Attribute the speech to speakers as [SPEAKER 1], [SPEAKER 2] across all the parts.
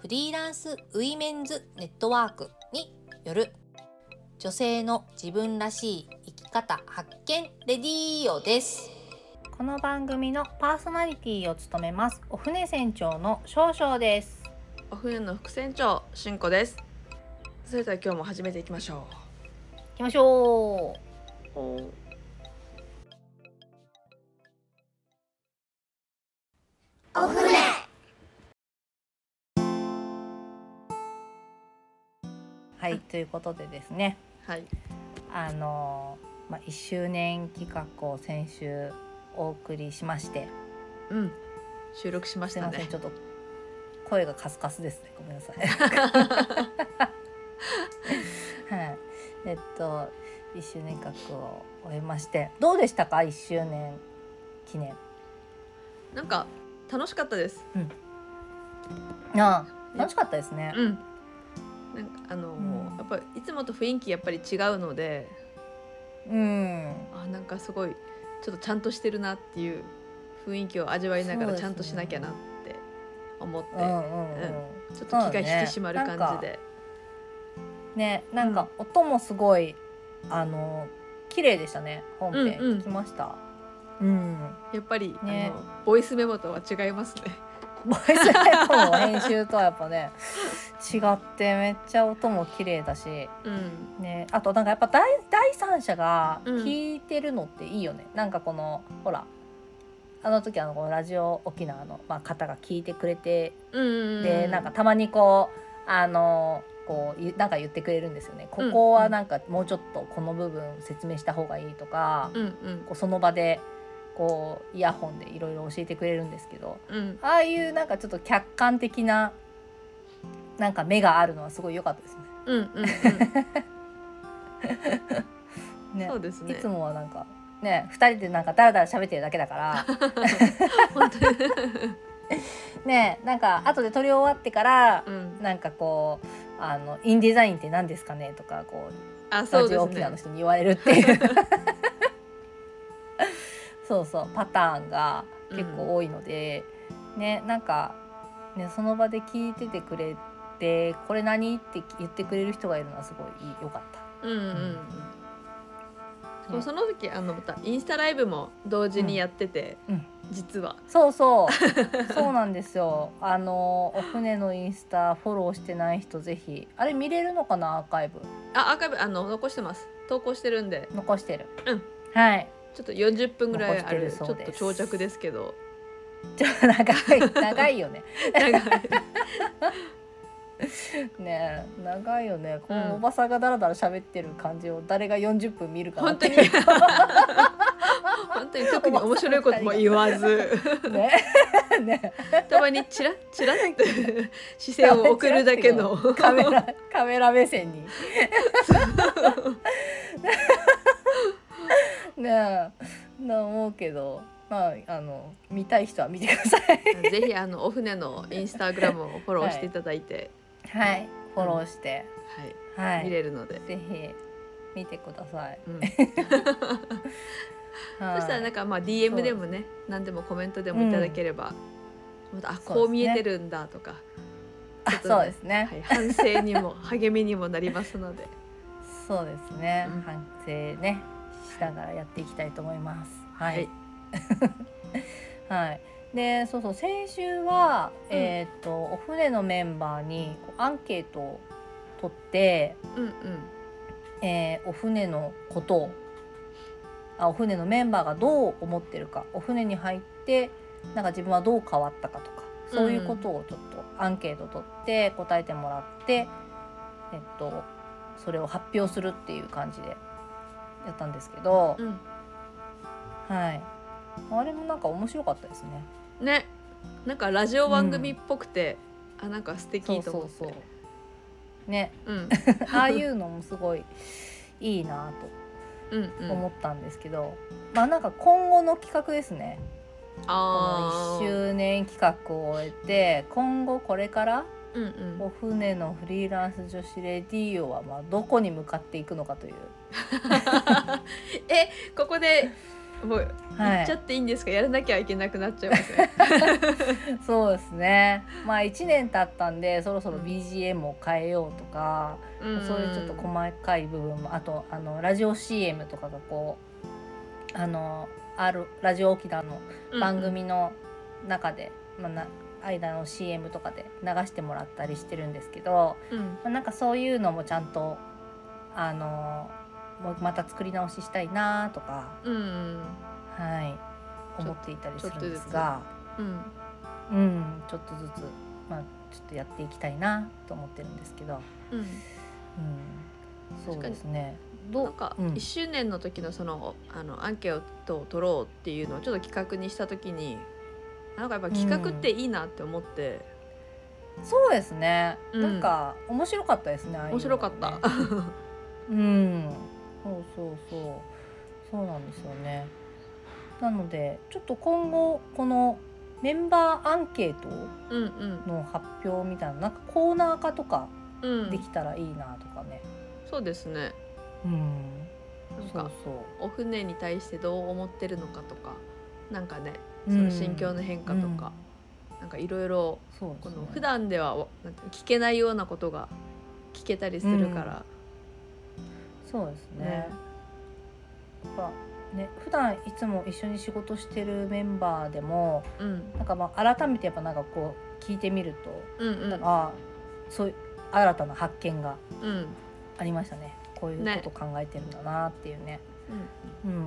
[SPEAKER 1] フリーランスウィメンズネットワークによる女性の自分らしい生き方発見レディオですこの番組のパーソナリティを務めますお船船長の少々です
[SPEAKER 2] お船の副船長しんこですそれでは今日も始めていきましょ
[SPEAKER 1] 行きましょう
[SPEAKER 2] う
[SPEAKER 1] お船はいということでですね
[SPEAKER 2] はい
[SPEAKER 1] あのーまあ、1周年企画を先週お送りしまして
[SPEAKER 2] うん収録しまし
[SPEAKER 1] すい
[SPEAKER 2] た
[SPEAKER 1] ません
[SPEAKER 2] ね
[SPEAKER 1] ちょっと声がカスカスですねごめんなさ いはいえっと1周年企画を終えましてどうでしたか1周年記念
[SPEAKER 2] なんか楽しかったです
[SPEAKER 1] ああ楽しかったですね、
[SPEAKER 2] うんなんかあの、
[SPEAKER 1] ん
[SPEAKER 2] やっぱいつもと雰囲気やっぱり違うので
[SPEAKER 1] うん、
[SPEAKER 2] あなんかすごいちょっとちゃんとしてるなっていう雰囲気を味わいなが
[SPEAKER 1] そう
[SPEAKER 2] ら
[SPEAKER 1] ですね
[SPEAKER 2] ちゃんとしなきゃなって思って、
[SPEAKER 1] うんうんうん
[SPEAKER 2] ちょっと気が引き締まる
[SPEAKER 1] そうだね
[SPEAKER 2] 感じで、
[SPEAKER 1] ねなんか音もすごいあの綺麗でしたね本編
[SPEAKER 2] うんうん
[SPEAKER 1] 聞きましたうん
[SPEAKER 2] やっぱり、
[SPEAKER 1] ね
[SPEAKER 2] あのボイスメモとは違いますね
[SPEAKER 1] ボイスレコの編集とはやっぱね違ってめっちゃ音も綺麗だし、
[SPEAKER 2] うん
[SPEAKER 1] ね、あとなんかやっぱ第第三者が
[SPEAKER 2] うん
[SPEAKER 1] 聞いてるのっていいよね、なんかこのほらあの時あのこのラジオ沖縄の、まあ、方が聞いてくれて
[SPEAKER 2] うん
[SPEAKER 1] でなんかたまにこうあのこうゆなんか言ってくれるんですよね。ここはなんかもうちょっとこの部分説明した方がいいとか、
[SPEAKER 2] うんうん
[SPEAKER 1] こうその場でこうイヤホンでいろいろ教えてくれるんですけど
[SPEAKER 2] うん
[SPEAKER 1] ああいうなんかちょっと客観的ななんか目があるのはすごい良かったですね。
[SPEAKER 2] うんうんうん
[SPEAKER 1] ね
[SPEAKER 2] そうですね
[SPEAKER 1] いつもはなんかね2人でなんかダラダラ喋ってるだけだから
[SPEAKER 2] 本当に
[SPEAKER 1] ねなんか後で撮り終わってから
[SPEAKER 2] う、ん
[SPEAKER 1] なんかこうあのインデザインって何ですかねとかこう
[SPEAKER 2] あそ
[SPEAKER 1] ラ
[SPEAKER 2] う
[SPEAKER 1] ジ
[SPEAKER 2] で
[SPEAKER 1] オ
[SPEAKER 2] す
[SPEAKER 1] 沖縄の
[SPEAKER 2] ね
[SPEAKER 1] 人に言われるっていうそうそうパターンが結構多いので、ねなんか、ね、その場で聞いててくれて「これ何?」って言ってくれる人がいるのはすごいいい良かった。
[SPEAKER 2] うんうんうんしかも
[SPEAKER 1] ね
[SPEAKER 2] その時あのまたインスタライブも同時にやってて、
[SPEAKER 1] うんうん
[SPEAKER 2] 実は
[SPEAKER 1] そうそう そうなんですよあのお船のインスタフォローしてない人ぜひあれ見れるのかなアーカイブ
[SPEAKER 2] あアーカイブあの残してます投稿してるんで
[SPEAKER 1] 残してる、
[SPEAKER 2] うん
[SPEAKER 1] はい
[SPEAKER 2] ちょっと40分ぐらいあ
[SPEAKER 1] 残
[SPEAKER 2] る
[SPEAKER 1] し
[SPEAKER 2] ち
[SPEAKER 1] てるそ
[SPEAKER 2] ょっ
[SPEAKER 1] うです
[SPEAKER 2] と長尺ですけど
[SPEAKER 1] じゃあ長い長いよね
[SPEAKER 2] なんか
[SPEAKER 1] ねえ長いよねこのおばさんがだらだら喋ってる感じを誰が40分見るかな
[SPEAKER 2] 本
[SPEAKER 1] って
[SPEAKER 2] 当に本当に特に面白いことも言わず
[SPEAKER 1] ねね
[SPEAKER 2] たまにチラッチラッ って視線を送るだけの
[SPEAKER 1] カメラカメラ目線 にねえな思うけどまああの見たい人は見てください
[SPEAKER 2] ぜひあのお船のインスタグラムをフォローしていただいて、
[SPEAKER 1] はいフォローして、
[SPEAKER 2] はい
[SPEAKER 1] は
[SPEAKER 2] 見
[SPEAKER 1] い
[SPEAKER 2] れるので、
[SPEAKER 1] ぜひ見てください、
[SPEAKER 2] うん、
[SPEAKER 1] はい、
[SPEAKER 2] そしたらなんかまあ
[SPEAKER 1] そう
[SPEAKER 2] DM でもね何でもコメントでもいただければ、またあ
[SPEAKER 1] そうですね
[SPEAKER 2] こう見えてるんだとか、
[SPEAKER 1] あ
[SPEAKER 2] ちょっとね
[SPEAKER 1] そうですね、
[SPEAKER 2] はい、反省にも励みにもなりますので
[SPEAKER 1] そうですね、
[SPEAKER 2] うん
[SPEAKER 1] 反省ねしながらやっていきたいと思います。はい、 はい、でそうそう先週は、
[SPEAKER 2] うん
[SPEAKER 1] えっ、とお船のメンバーにこうアンケートを取って、
[SPEAKER 2] うんうん
[SPEAKER 1] えーお船のことをあお船のメンバーがどう思ってるかお船に入ってなんか自分はどう変わったかとかそういうことをちょっとアンケート取って答えてもらって、えっと、それを発表するっていう感じでやったんですけど、
[SPEAKER 2] うん
[SPEAKER 1] はい、あれもなんか面白かったですね。
[SPEAKER 2] ねなんかラジオ番組っぽくて、あなんか素敵
[SPEAKER 1] そう
[SPEAKER 2] と
[SPEAKER 1] そ
[SPEAKER 2] 思
[SPEAKER 1] う
[SPEAKER 2] って
[SPEAKER 1] そうね
[SPEAKER 2] うん
[SPEAKER 1] ああいうのもすごいいいな
[SPEAKER 2] うんう
[SPEAKER 1] と
[SPEAKER 2] ん
[SPEAKER 1] 思ったんですけど、まあなんか今後の企画ですねこの
[SPEAKER 2] あ
[SPEAKER 1] 1周年企画を終えて今後これから
[SPEAKER 2] ーうんうん
[SPEAKER 1] お船のフリーランス女子レディオはまあどこに向かっていくのかという、
[SPEAKER 2] えここでもう
[SPEAKER 1] は
[SPEAKER 2] 言
[SPEAKER 1] い
[SPEAKER 2] っちゃ、っていいんですか、やらなきゃいけなくなっちゃいますね
[SPEAKER 1] そうですねまあ1年経ったんでそろそろ BGM を変えようとか、
[SPEAKER 2] う ん
[SPEAKER 1] そういうちょっと細かい部分もあとあのラジオ CM とかがこうあのあるラジオ沖縄の番組の中で、まあ、な間の CM とかで流してもらったりしてるんですけど、
[SPEAKER 2] うんうん
[SPEAKER 1] まあ、なんかそういうのもちゃんとあのもうまた作り直ししたいなとか、
[SPEAKER 2] うんうん
[SPEAKER 1] はい、
[SPEAKER 2] ちょ
[SPEAKER 1] 思っていたりするんですが
[SPEAKER 2] うん
[SPEAKER 1] うんちょっとずつ、まあ、ちょっとやっていきたいなと思ってるんですけど、
[SPEAKER 2] うん
[SPEAKER 1] うん、そう
[SPEAKER 2] 確かに
[SPEAKER 1] ですね。
[SPEAKER 2] な
[SPEAKER 1] ど
[SPEAKER 2] んか
[SPEAKER 1] うん
[SPEAKER 2] 1周年の時のそのあのアンケートを取ろうっていうのをちょっと企画にした時になんかやっぱ企画っていいなって思って、
[SPEAKER 1] そうですね、
[SPEAKER 2] うん
[SPEAKER 1] なんか面白かったですねああいうの
[SPEAKER 2] 面白かった、
[SPEAKER 1] ねうんそうそうそうそうなんですよねなのでちょっと今後このメンバーアンケート
[SPEAKER 2] うんうん
[SPEAKER 1] の発表みたいななんかコーナー化とか
[SPEAKER 2] うん
[SPEAKER 1] できたらいいなとかね
[SPEAKER 2] そうですね
[SPEAKER 1] うん
[SPEAKER 2] なん
[SPEAKER 1] そう
[SPEAKER 2] か
[SPEAKER 1] そう
[SPEAKER 2] お船に対してどう思ってるのかとかなんかねそ
[SPEAKER 1] うん
[SPEAKER 2] の心境の変化とか、なんかいろいろ
[SPEAKER 1] そうです
[SPEAKER 2] こ
[SPEAKER 1] ね
[SPEAKER 2] の普段ではなんていうの聞けないようなことが聞けたりするから、
[SPEAKER 1] そうですね
[SPEAKER 2] ね
[SPEAKER 1] やっぱね普段いつも一緒に仕事してるメンバーでも
[SPEAKER 2] うん、
[SPEAKER 1] なんかまあ改めてやっぱなんかこう聞いてみると
[SPEAKER 2] うんうん
[SPEAKER 1] なんかああそういう新たな発見が
[SPEAKER 2] うん
[SPEAKER 1] ありましたねこういう
[SPEAKER 2] ね
[SPEAKER 1] こと考えてるんだなっていうねうん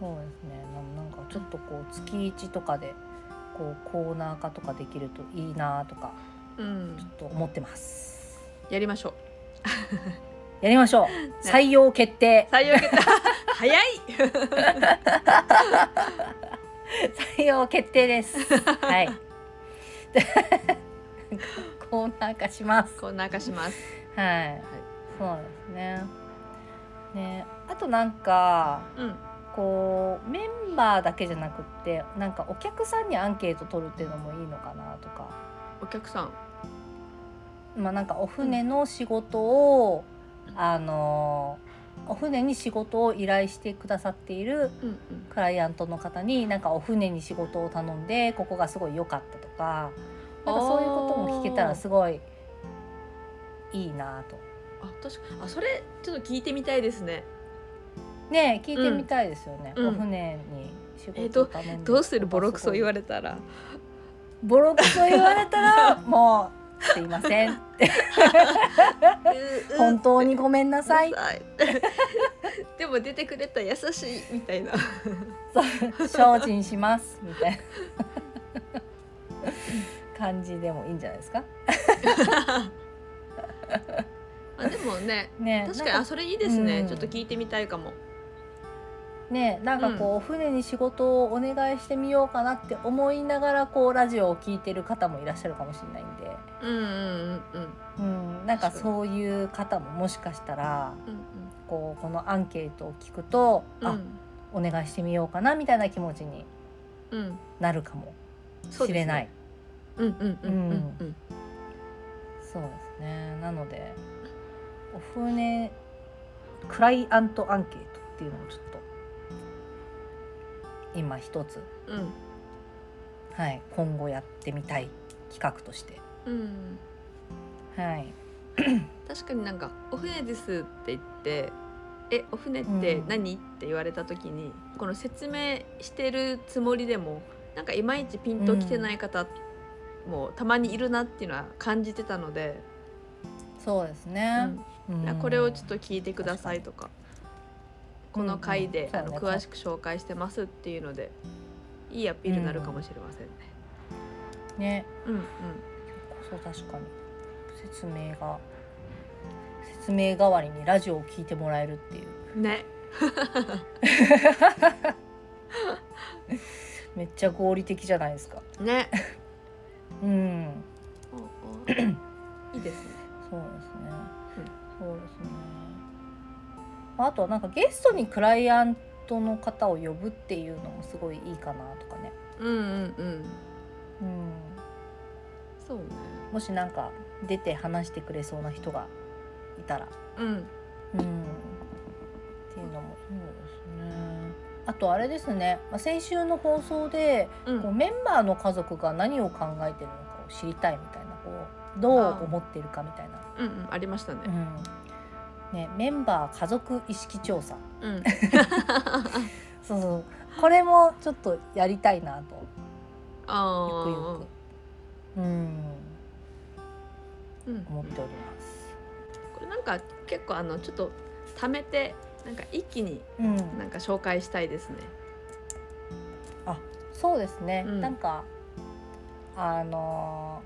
[SPEAKER 1] そうですねななんかちょっとこう月一とかでこうコーナー化とかできるといいなとか
[SPEAKER 2] うんうん
[SPEAKER 1] ちょっと思ってます
[SPEAKER 2] やりましょう
[SPEAKER 1] やりましょう採用決定
[SPEAKER 2] 採用決定 早い
[SPEAKER 1] 採用決定ですはい コーナー化します
[SPEAKER 2] こんな明かします
[SPEAKER 1] はいそうですねねあとなんか
[SPEAKER 2] うん
[SPEAKER 1] こうメンバーだけじゃなくってなんかお客さんにアンケート取るっていうのもいいのかなとか
[SPEAKER 2] お客さん
[SPEAKER 1] まあなんかお船の仕事を、あのお船に仕事を依頼してくださっている
[SPEAKER 2] うん
[SPEAKER 1] クライアントの方になんかお船に仕事を頼んでここがすごい良かったとかなんかそういうことも聞けたらすごいいいなと。
[SPEAKER 2] あ確かあそれちょっと聞いてみたいですね
[SPEAKER 1] ねえ聞いてみたいですよね、
[SPEAKER 2] うん
[SPEAKER 1] お船に仕
[SPEAKER 2] え
[SPEAKER 1] 事
[SPEAKER 2] ど
[SPEAKER 1] を頼んで、
[SPEAKER 2] どうするボロクソ言わ
[SPEAKER 1] れ
[SPEAKER 2] れたら
[SPEAKER 1] ボロクソ言われた らもうすいません本当にごめんな
[SPEAKER 2] 当
[SPEAKER 1] さ い
[SPEAKER 2] でも出てくれた優しいみたいな
[SPEAKER 1] そう精進しますみたいな感じでもいいんじゃないですか
[SPEAKER 2] あでもね
[SPEAKER 1] ねえ
[SPEAKER 2] 確かにあ
[SPEAKER 1] なん
[SPEAKER 2] それいいですね、
[SPEAKER 1] うん
[SPEAKER 2] ちょっと聞いてみたいかも
[SPEAKER 1] ねえなんかこう、お船に仕事をお願いしてみようかなって思いながらこうラジオを聞いてる方もいらっしゃるかもしれないんで、
[SPEAKER 2] うんうんうんうん
[SPEAKER 1] うん、なんかそういう方ももしかしたら
[SPEAKER 2] うん
[SPEAKER 1] こうこのアンケートを聞くと、
[SPEAKER 2] う
[SPEAKER 1] あ
[SPEAKER 2] ん
[SPEAKER 1] お願いしてみようかなみたいな気持ちに
[SPEAKER 2] うんうん
[SPEAKER 1] なるかも
[SPEAKER 2] そう
[SPEAKER 1] し
[SPEAKER 2] ですね
[SPEAKER 1] れない。
[SPEAKER 2] うんうんうんうんうん
[SPEAKER 1] そうですね。なので、お船クライアントアンケートっていうのをちょっと今一つ
[SPEAKER 2] うん
[SPEAKER 1] はい今後やってみたい企画として
[SPEAKER 2] うん
[SPEAKER 1] はい
[SPEAKER 2] 確かになんか「お船です」って言って「えお船って何って言われた時にこの説明してるつもりでもなんかいまいちピンときてない方もたまにいるなっていうのは感じてたので、
[SPEAKER 1] そうです
[SPEAKER 2] う
[SPEAKER 1] ね。
[SPEAKER 2] ん
[SPEAKER 1] うん
[SPEAKER 2] これをちょっと聞いてくださいとかこの回で、
[SPEAKER 1] うんうん
[SPEAKER 2] あ
[SPEAKER 1] そ
[SPEAKER 2] の
[SPEAKER 1] うね
[SPEAKER 2] 詳しく紹介してますっていうのでいいアピールになるかもしれません
[SPEAKER 1] ね
[SPEAKER 2] ね。うんうん
[SPEAKER 1] そう確かに説明が説明代わりにラジオを聞いてもらえるっていう
[SPEAKER 2] ね、
[SPEAKER 1] めっちゃ合理的じゃないですか。
[SPEAKER 2] ね、
[SPEAKER 1] うん
[SPEAKER 2] いいですね。
[SPEAKER 1] そうですね。そうですね。まああとはなんかゲストにクライアントの方を呼ぶっていうのもすごいいいかなとかね。
[SPEAKER 2] うんうんうん。
[SPEAKER 1] うん。
[SPEAKER 2] そうね。
[SPEAKER 1] もしなんか出て話してくれそうな人がいたら。
[SPEAKER 2] うん。
[SPEAKER 1] うん。っていうのもそうですね。あとあれですね。まあ、先週の放送で、
[SPEAKER 2] う。
[SPEAKER 1] こうんメンバーの家族が何を考えてるのかを知りたいみたいなこうどう思ってるかみたいな。
[SPEAKER 2] うんうん。ありましたね
[SPEAKER 1] う。ん。ねメンバー家族意識調査。
[SPEAKER 2] うん。
[SPEAKER 1] そうそうこれもちょっとやりたいなとゆく
[SPEAKER 2] あ
[SPEAKER 1] ゆくうん
[SPEAKER 2] あ。うん。
[SPEAKER 1] 思っております。
[SPEAKER 2] これなんか結構あのちょっと貯めてなんか一気に
[SPEAKER 1] うん、
[SPEAKER 2] なんか紹介したいですね。
[SPEAKER 1] そうですね、
[SPEAKER 2] うん
[SPEAKER 1] なんかあの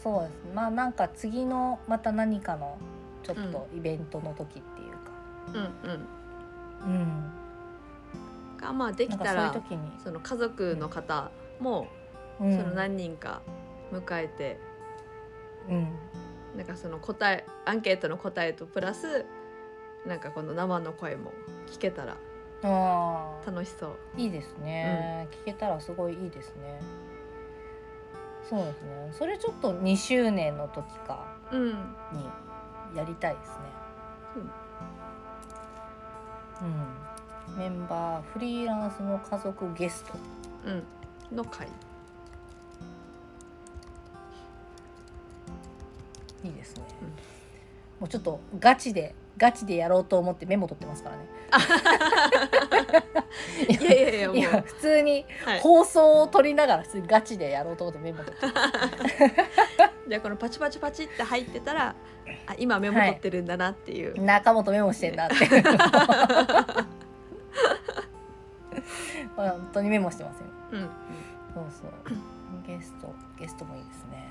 [SPEAKER 1] ーそうですねまあなんか次のまた何かのちょっとイベントの時っていうか、
[SPEAKER 2] うん
[SPEAKER 1] うん
[SPEAKER 2] うん。がまあで
[SPEAKER 1] なん
[SPEAKER 2] き
[SPEAKER 1] か
[SPEAKER 2] た
[SPEAKER 1] そうい
[SPEAKER 2] ら
[SPEAKER 1] う時に、
[SPEAKER 2] その家族の方も
[SPEAKER 1] うん
[SPEAKER 2] その何人か迎えて、
[SPEAKER 1] うん
[SPEAKER 2] なんかその答えアンケートの答えとプラスなんかこの生の声も聞けたら
[SPEAKER 1] あー
[SPEAKER 2] 楽しそう。
[SPEAKER 1] いいですね、聞けたらすごいいいですね。そうですねそれちょっと2周年の時か
[SPEAKER 2] うん。
[SPEAKER 1] にやりたいですね。うん、メンバーフリーランスの家族ゲスト。
[SPEAKER 2] うん。の会。
[SPEAKER 1] いいですね。
[SPEAKER 2] うん
[SPEAKER 1] もうちょっとガチでガチでやろうと思ってメモ取ってますからね。
[SPEAKER 2] いやいやいやもう
[SPEAKER 1] いや普通に
[SPEAKER 2] はい。
[SPEAKER 1] 放送を取りながら普通にガチでやろうと思ってメモ取ってます。
[SPEAKER 2] じゃあこのパチパチパチって入ってたら、あ今メモ取ってるんだなっていう。
[SPEAKER 1] 中本メモしてんなって。 本当にメモしてますよ。
[SPEAKER 2] うん。
[SPEAKER 1] そう そう。ゲスト、ゲストもいいですね。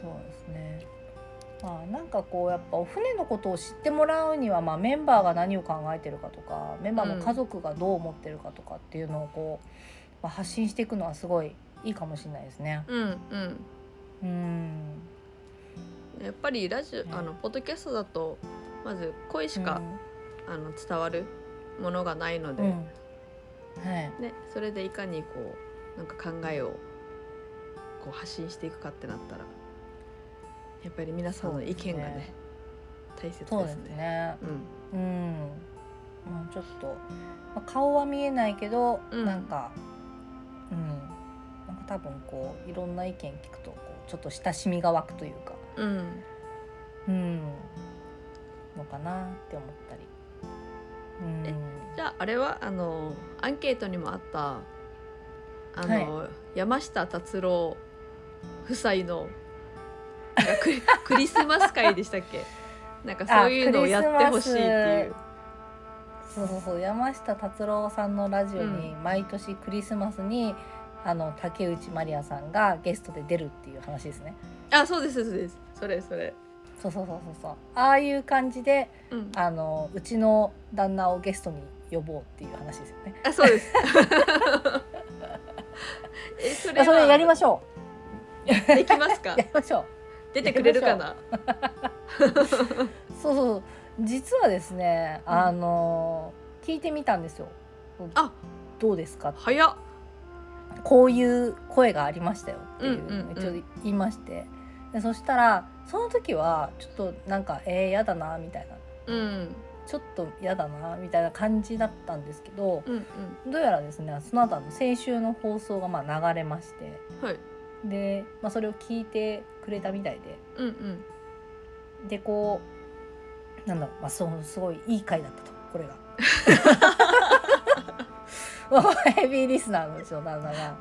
[SPEAKER 1] そうですね。まあ、なんかこうやっぱお船のことを知ってもらうには、まあ、メンバーが何を考えてるかとかメンバーの家族がどう思ってるかとかっていうのをこう、まあ、発信していくのはすごいいいかもしれないですね。
[SPEAKER 2] うんうん。
[SPEAKER 1] うん
[SPEAKER 2] やっぱりラジオ、
[SPEAKER 1] ね
[SPEAKER 2] あのポッドキャストだとまず声しか、あの伝わるものがないので、
[SPEAKER 1] うんうんはい、
[SPEAKER 2] ね、それでいかにこうなんか考えをこう発信していくかってなったらやっぱり皆さんの意見がね大切ですね。
[SPEAKER 1] そうですね。
[SPEAKER 2] う
[SPEAKER 1] う
[SPEAKER 2] ん
[SPEAKER 1] ん、まあ、ちょっと、まあ、顔は見えないけど、
[SPEAKER 2] うん
[SPEAKER 1] なんか、うん、なんか多分こういろんな意見聞くとこうちょっと親しみが湧くというか、
[SPEAKER 2] うん
[SPEAKER 1] うん、のかなって思ったり。うん、
[SPEAKER 2] じゃああれはあのアンケートにもあったあの、山下達郎夫妻のなんかクリ クリスマス会でしたっけなんかそういうのをやってほしいっていう。
[SPEAKER 1] そうそうそう山下達郎さんのラジオに
[SPEAKER 2] う
[SPEAKER 1] 毎年クリスマスに、あの竹内まりやさんがゲストで出るっていう話ですね。
[SPEAKER 2] あそうですそうですそれそれ。
[SPEAKER 1] そうそうそうそうそう。ああいう感じで
[SPEAKER 2] うん、
[SPEAKER 1] あのうちの旦那をゲストに呼ぼうっていう話ですよね。
[SPEAKER 2] あそうです。 えそ
[SPEAKER 1] それやりま
[SPEAKER 2] し
[SPEAKER 1] しょ
[SPEAKER 2] ょう。できます か
[SPEAKER 1] う。や。りましょう。
[SPEAKER 2] 出てくれるかな。
[SPEAKER 1] そうそう実はですね、
[SPEAKER 2] うん
[SPEAKER 1] あの聞いてみたんですよ。
[SPEAKER 2] あ
[SPEAKER 1] どうですか。
[SPEAKER 2] 早っ。
[SPEAKER 1] こういう声がありましたよっていう
[SPEAKER 2] うんうん
[SPEAKER 1] のを
[SPEAKER 2] うん
[SPEAKER 1] 一応言いまして、でそしたらその時はちょっとなんかえー、やだなみたいな。
[SPEAKER 2] うん
[SPEAKER 1] ちょっとやだなみたいな感じだったんですけど、
[SPEAKER 2] うん
[SPEAKER 1] どうやらですねその後あの先週の放送がまあ流れまして、
[SPEAKER 2] うんはい
[SPEAKER 1] で、まあ、それを聞いてくれたみたいで
[SPEAKER 2] うんうん
[SPEAKER 1] でこうなんだろう、まあ、そうすごいいい回だったとこ れが。もうヘビーリスナーのうちの旦那 が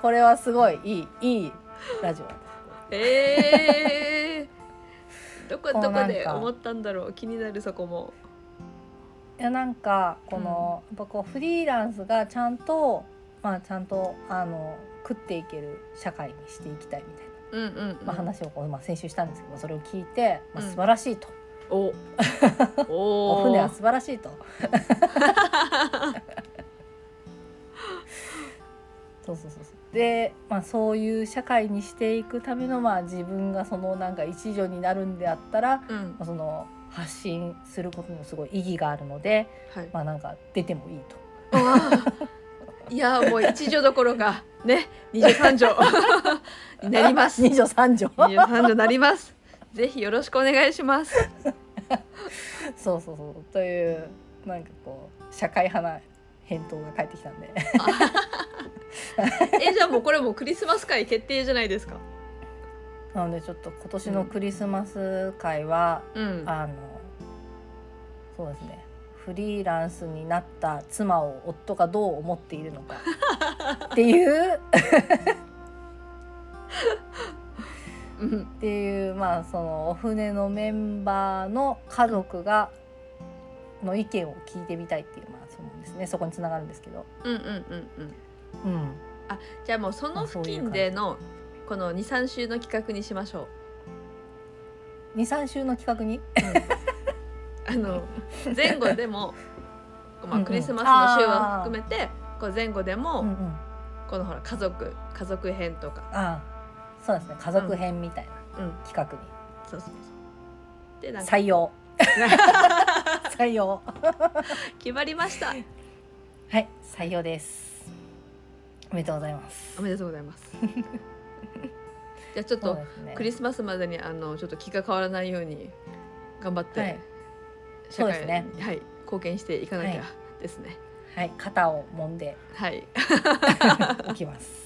[SPEAKER 1] これはすごいいいいいラジオだった
[SPEAKER 2] えー、ど
[SPEAKER 1] こ
[SPEAKER 2] こ
[SPEAKER 1] う
[SPEAKER 2] どこ
[SPEAKER 1] なん
[SPEAKER 2] で
[SPEAKER 1] か
[SPEAKER 2] 思ったんだろう気になるそこも。
[SPEAKER 1] いやなんかこの、やっぱこうフリーランスがちゃんとまあちゃんとあの食っていける社会にしていきたいみたいな、
[SPEAKER 2] うんうん、うん
[SPEAKER 1] まあ、話をこう、まあ、先週したんですけどそれを聞いて、まあ、
[SPEAKER 2] うん
[SPEAKER 1] 素晴らしいと、
[SPEAKER 2] おお
[SPEAKER 1] お船は素晴らしい とそうそうそうそうで、まあ、そういう社会にしていくための、まあ、自分がそのなんか一助になるんであったら、ま
[SPEAKER 2] うん
[SPEAKER 1] あ、その発信することにもすごい意義があるので、
[SPEAKER 2] はい
[SPEAKER 1] まあ、なんか出てもいいと。
[SPEAKER 2] あーいやもう一条どころかね二 十三条になります。
[SPEAKER 1] 二条三条。
[SPEAKER 2] 二十三条なります。ぜひよろしくお願いします。
[SPEAKER 1] そうそうそうというなんかこう社会派な返答が返ってきたんで
[SPEAKER 2] えじゃあもうこれもうクリスマス会決定じゃないですか。
[SPEAKER 1] なのでちょっと今年のクリスマス会は、
[SPEAKER 2] うん。
[SPEAKER 1] あのそうですねフリーランスになった妻を夫がどう思っているの かっていう
[SPEAKER 2] うん
[SPEAKER 1] っていうまあそのお船のメンバーの家族がの意見を聞いてみたいっていうまあそうなんですねそこにつながるんですけど。
[SPEAKER 2] うんうんうんうん。
[SPEAKER 1] うん
[SPEAKER 2] じゃあもうその
[SPEAKER 1] あそう
[SPEAKER 2] 付
[SPEAKER 1] いう
[SPEAKER 2] 近でのこの二三週の企画にしましょう。
[SPEAKER 1] 23週の企画に
[SPEAKER 2] あの前後でも、
[SPEAKER 1] うん
[SPEAKER 2] ま
[SPEAKER 1] う
[SPEAKER 2] あ、
[SPEAKER 1] ん
[SPEAKER 2] クリスマスの週は含めてこう前後でも、
[SPEAKER 1] うんうん
[SPEAKER 2] このほら家族家族編とか、
[SPEAKER 1] ああそうですね家族編みたいな
[SPEAKER 2] うん、
[SPEAKER 1] 企画に、
[SPEAKER 2] そうそうそうでなんか
[SPEAKER 1] 採用採用
[SPEAKER 2] 決まりました
[SPEAKER 1] はい採用ですおめでとうございます
[SPEAKER 2] おめでとうございます じゃあちょっ
[SPEAKER 1] そう
[SPEAKER 2] と
[SPEAKER 1] ですね
[SPEAKER 2] クリスマスまでにあのちょっと気が変わらないように頑張って、
[SPEAKER 1] はい
[SPEAKER 2] 社
[SPEAKER 1] そうで
[SPEAKER 2] 会
[SPEAKER 1] す
[SPEAKER 2] に、
[SPEAKER 1] ね
[SPEAKER 2] はい、貢献していかなきゃ
[SPEAKER 1] は
[SPEAKER 2] ですね
[SPEAKER 1] はい肩を揉ん で
[SPEAKER 2] はい、
[SPEAKER 1] おきます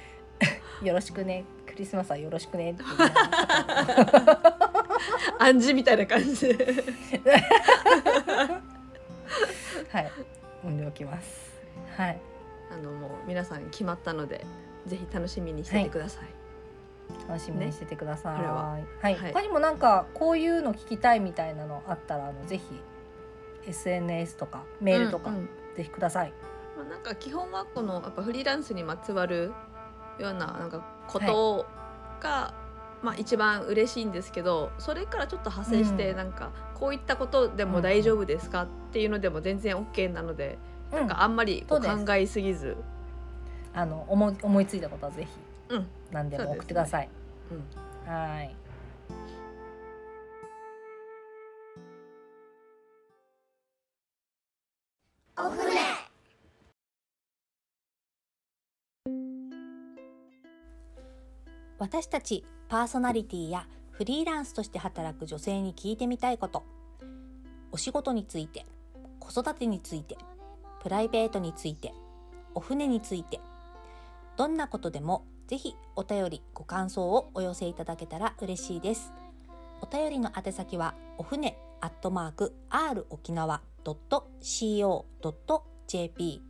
[SPEAKER 1] よろしくねクリスマスはよろしく ねっていう
[SPEAKER 2] 暗示みたいな感じで
[SPEAKER 1] はい揉んでおきますはい
[SPEAKER 2] あのもう皆さん決まったのでぜひ楽しみにしててください、
[SPEAKER 1] 楽しみにしててください、
[SPEAKER 2] ねこれは
[SPEAKER 1] はい、
[SPEAKER 2] はい
[SPEAKER 1] 他にもなんかこういうの聞きたいみたいなのあったらあのぜひ SNS とかメールとか
[SPEAKER 2] うんうん
[SPEAKER 1] ぜひください。
[SPEAKER 2] まあ、なんか基本はこのやっぱフリーランスにまつわるようななんかことが、まあ、一番嬉しいんですけどそれからちょっと派生して
[SPEAKER 1] うん
[SPEAKER 2] なんかこういったことでも大丈夫ですかっていうのでも全然 OK なので、
[SPEAKER 1] うん
[SPEAKER 2] なんかあんまりこう
[SPEAKER 1] そうです
[SPEAKER 2] 考えすぎず、
[SPEAKER 1] あの思い思いついたことはぜひ
[SPEAKER 2] うん
[SPEAKER 1] 何でも送ってください。
[SPEAKER 2] うん、
[SPEAKER 1] はい。
[SPEAKER 3] おふね私たちパーソナリティやフリーランスとして働く女性に聞いてみたいことお仕事について子育てについてプライベートについてお船についてどんなことでもぜひお便りご感想をお寄せいただけたら嬉しいですお便りの宛先はお船アットマーク r 沖縄 .co.jp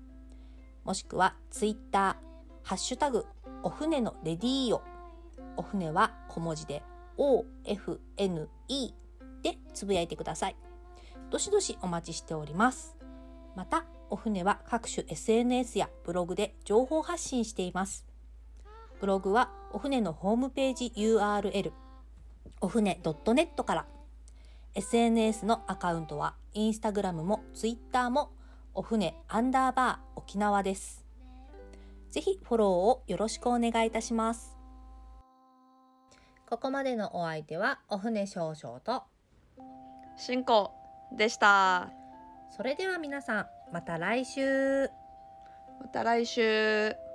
[SPEAKER 3] もしくはツイッターハッシュタグお船のレディーよお船は小文字で OFNE でつぶやいてくださいどしどしお待ちしておりますまたお船は各種 SNS やブログで情報発信していますブログはお船のホームページ URL お船 .net から SNS のアカウントはインスタグラムもツイッターもお船アンダーバー沖縄です。ぜひフォローをよろしくお願いいたします。ここまでのお相手はお船少々と、
[SPEAKER 2] 進行でした
[SPEAKER 3] それでは皆さんまた来週。
[SPEAKER 2] また来週。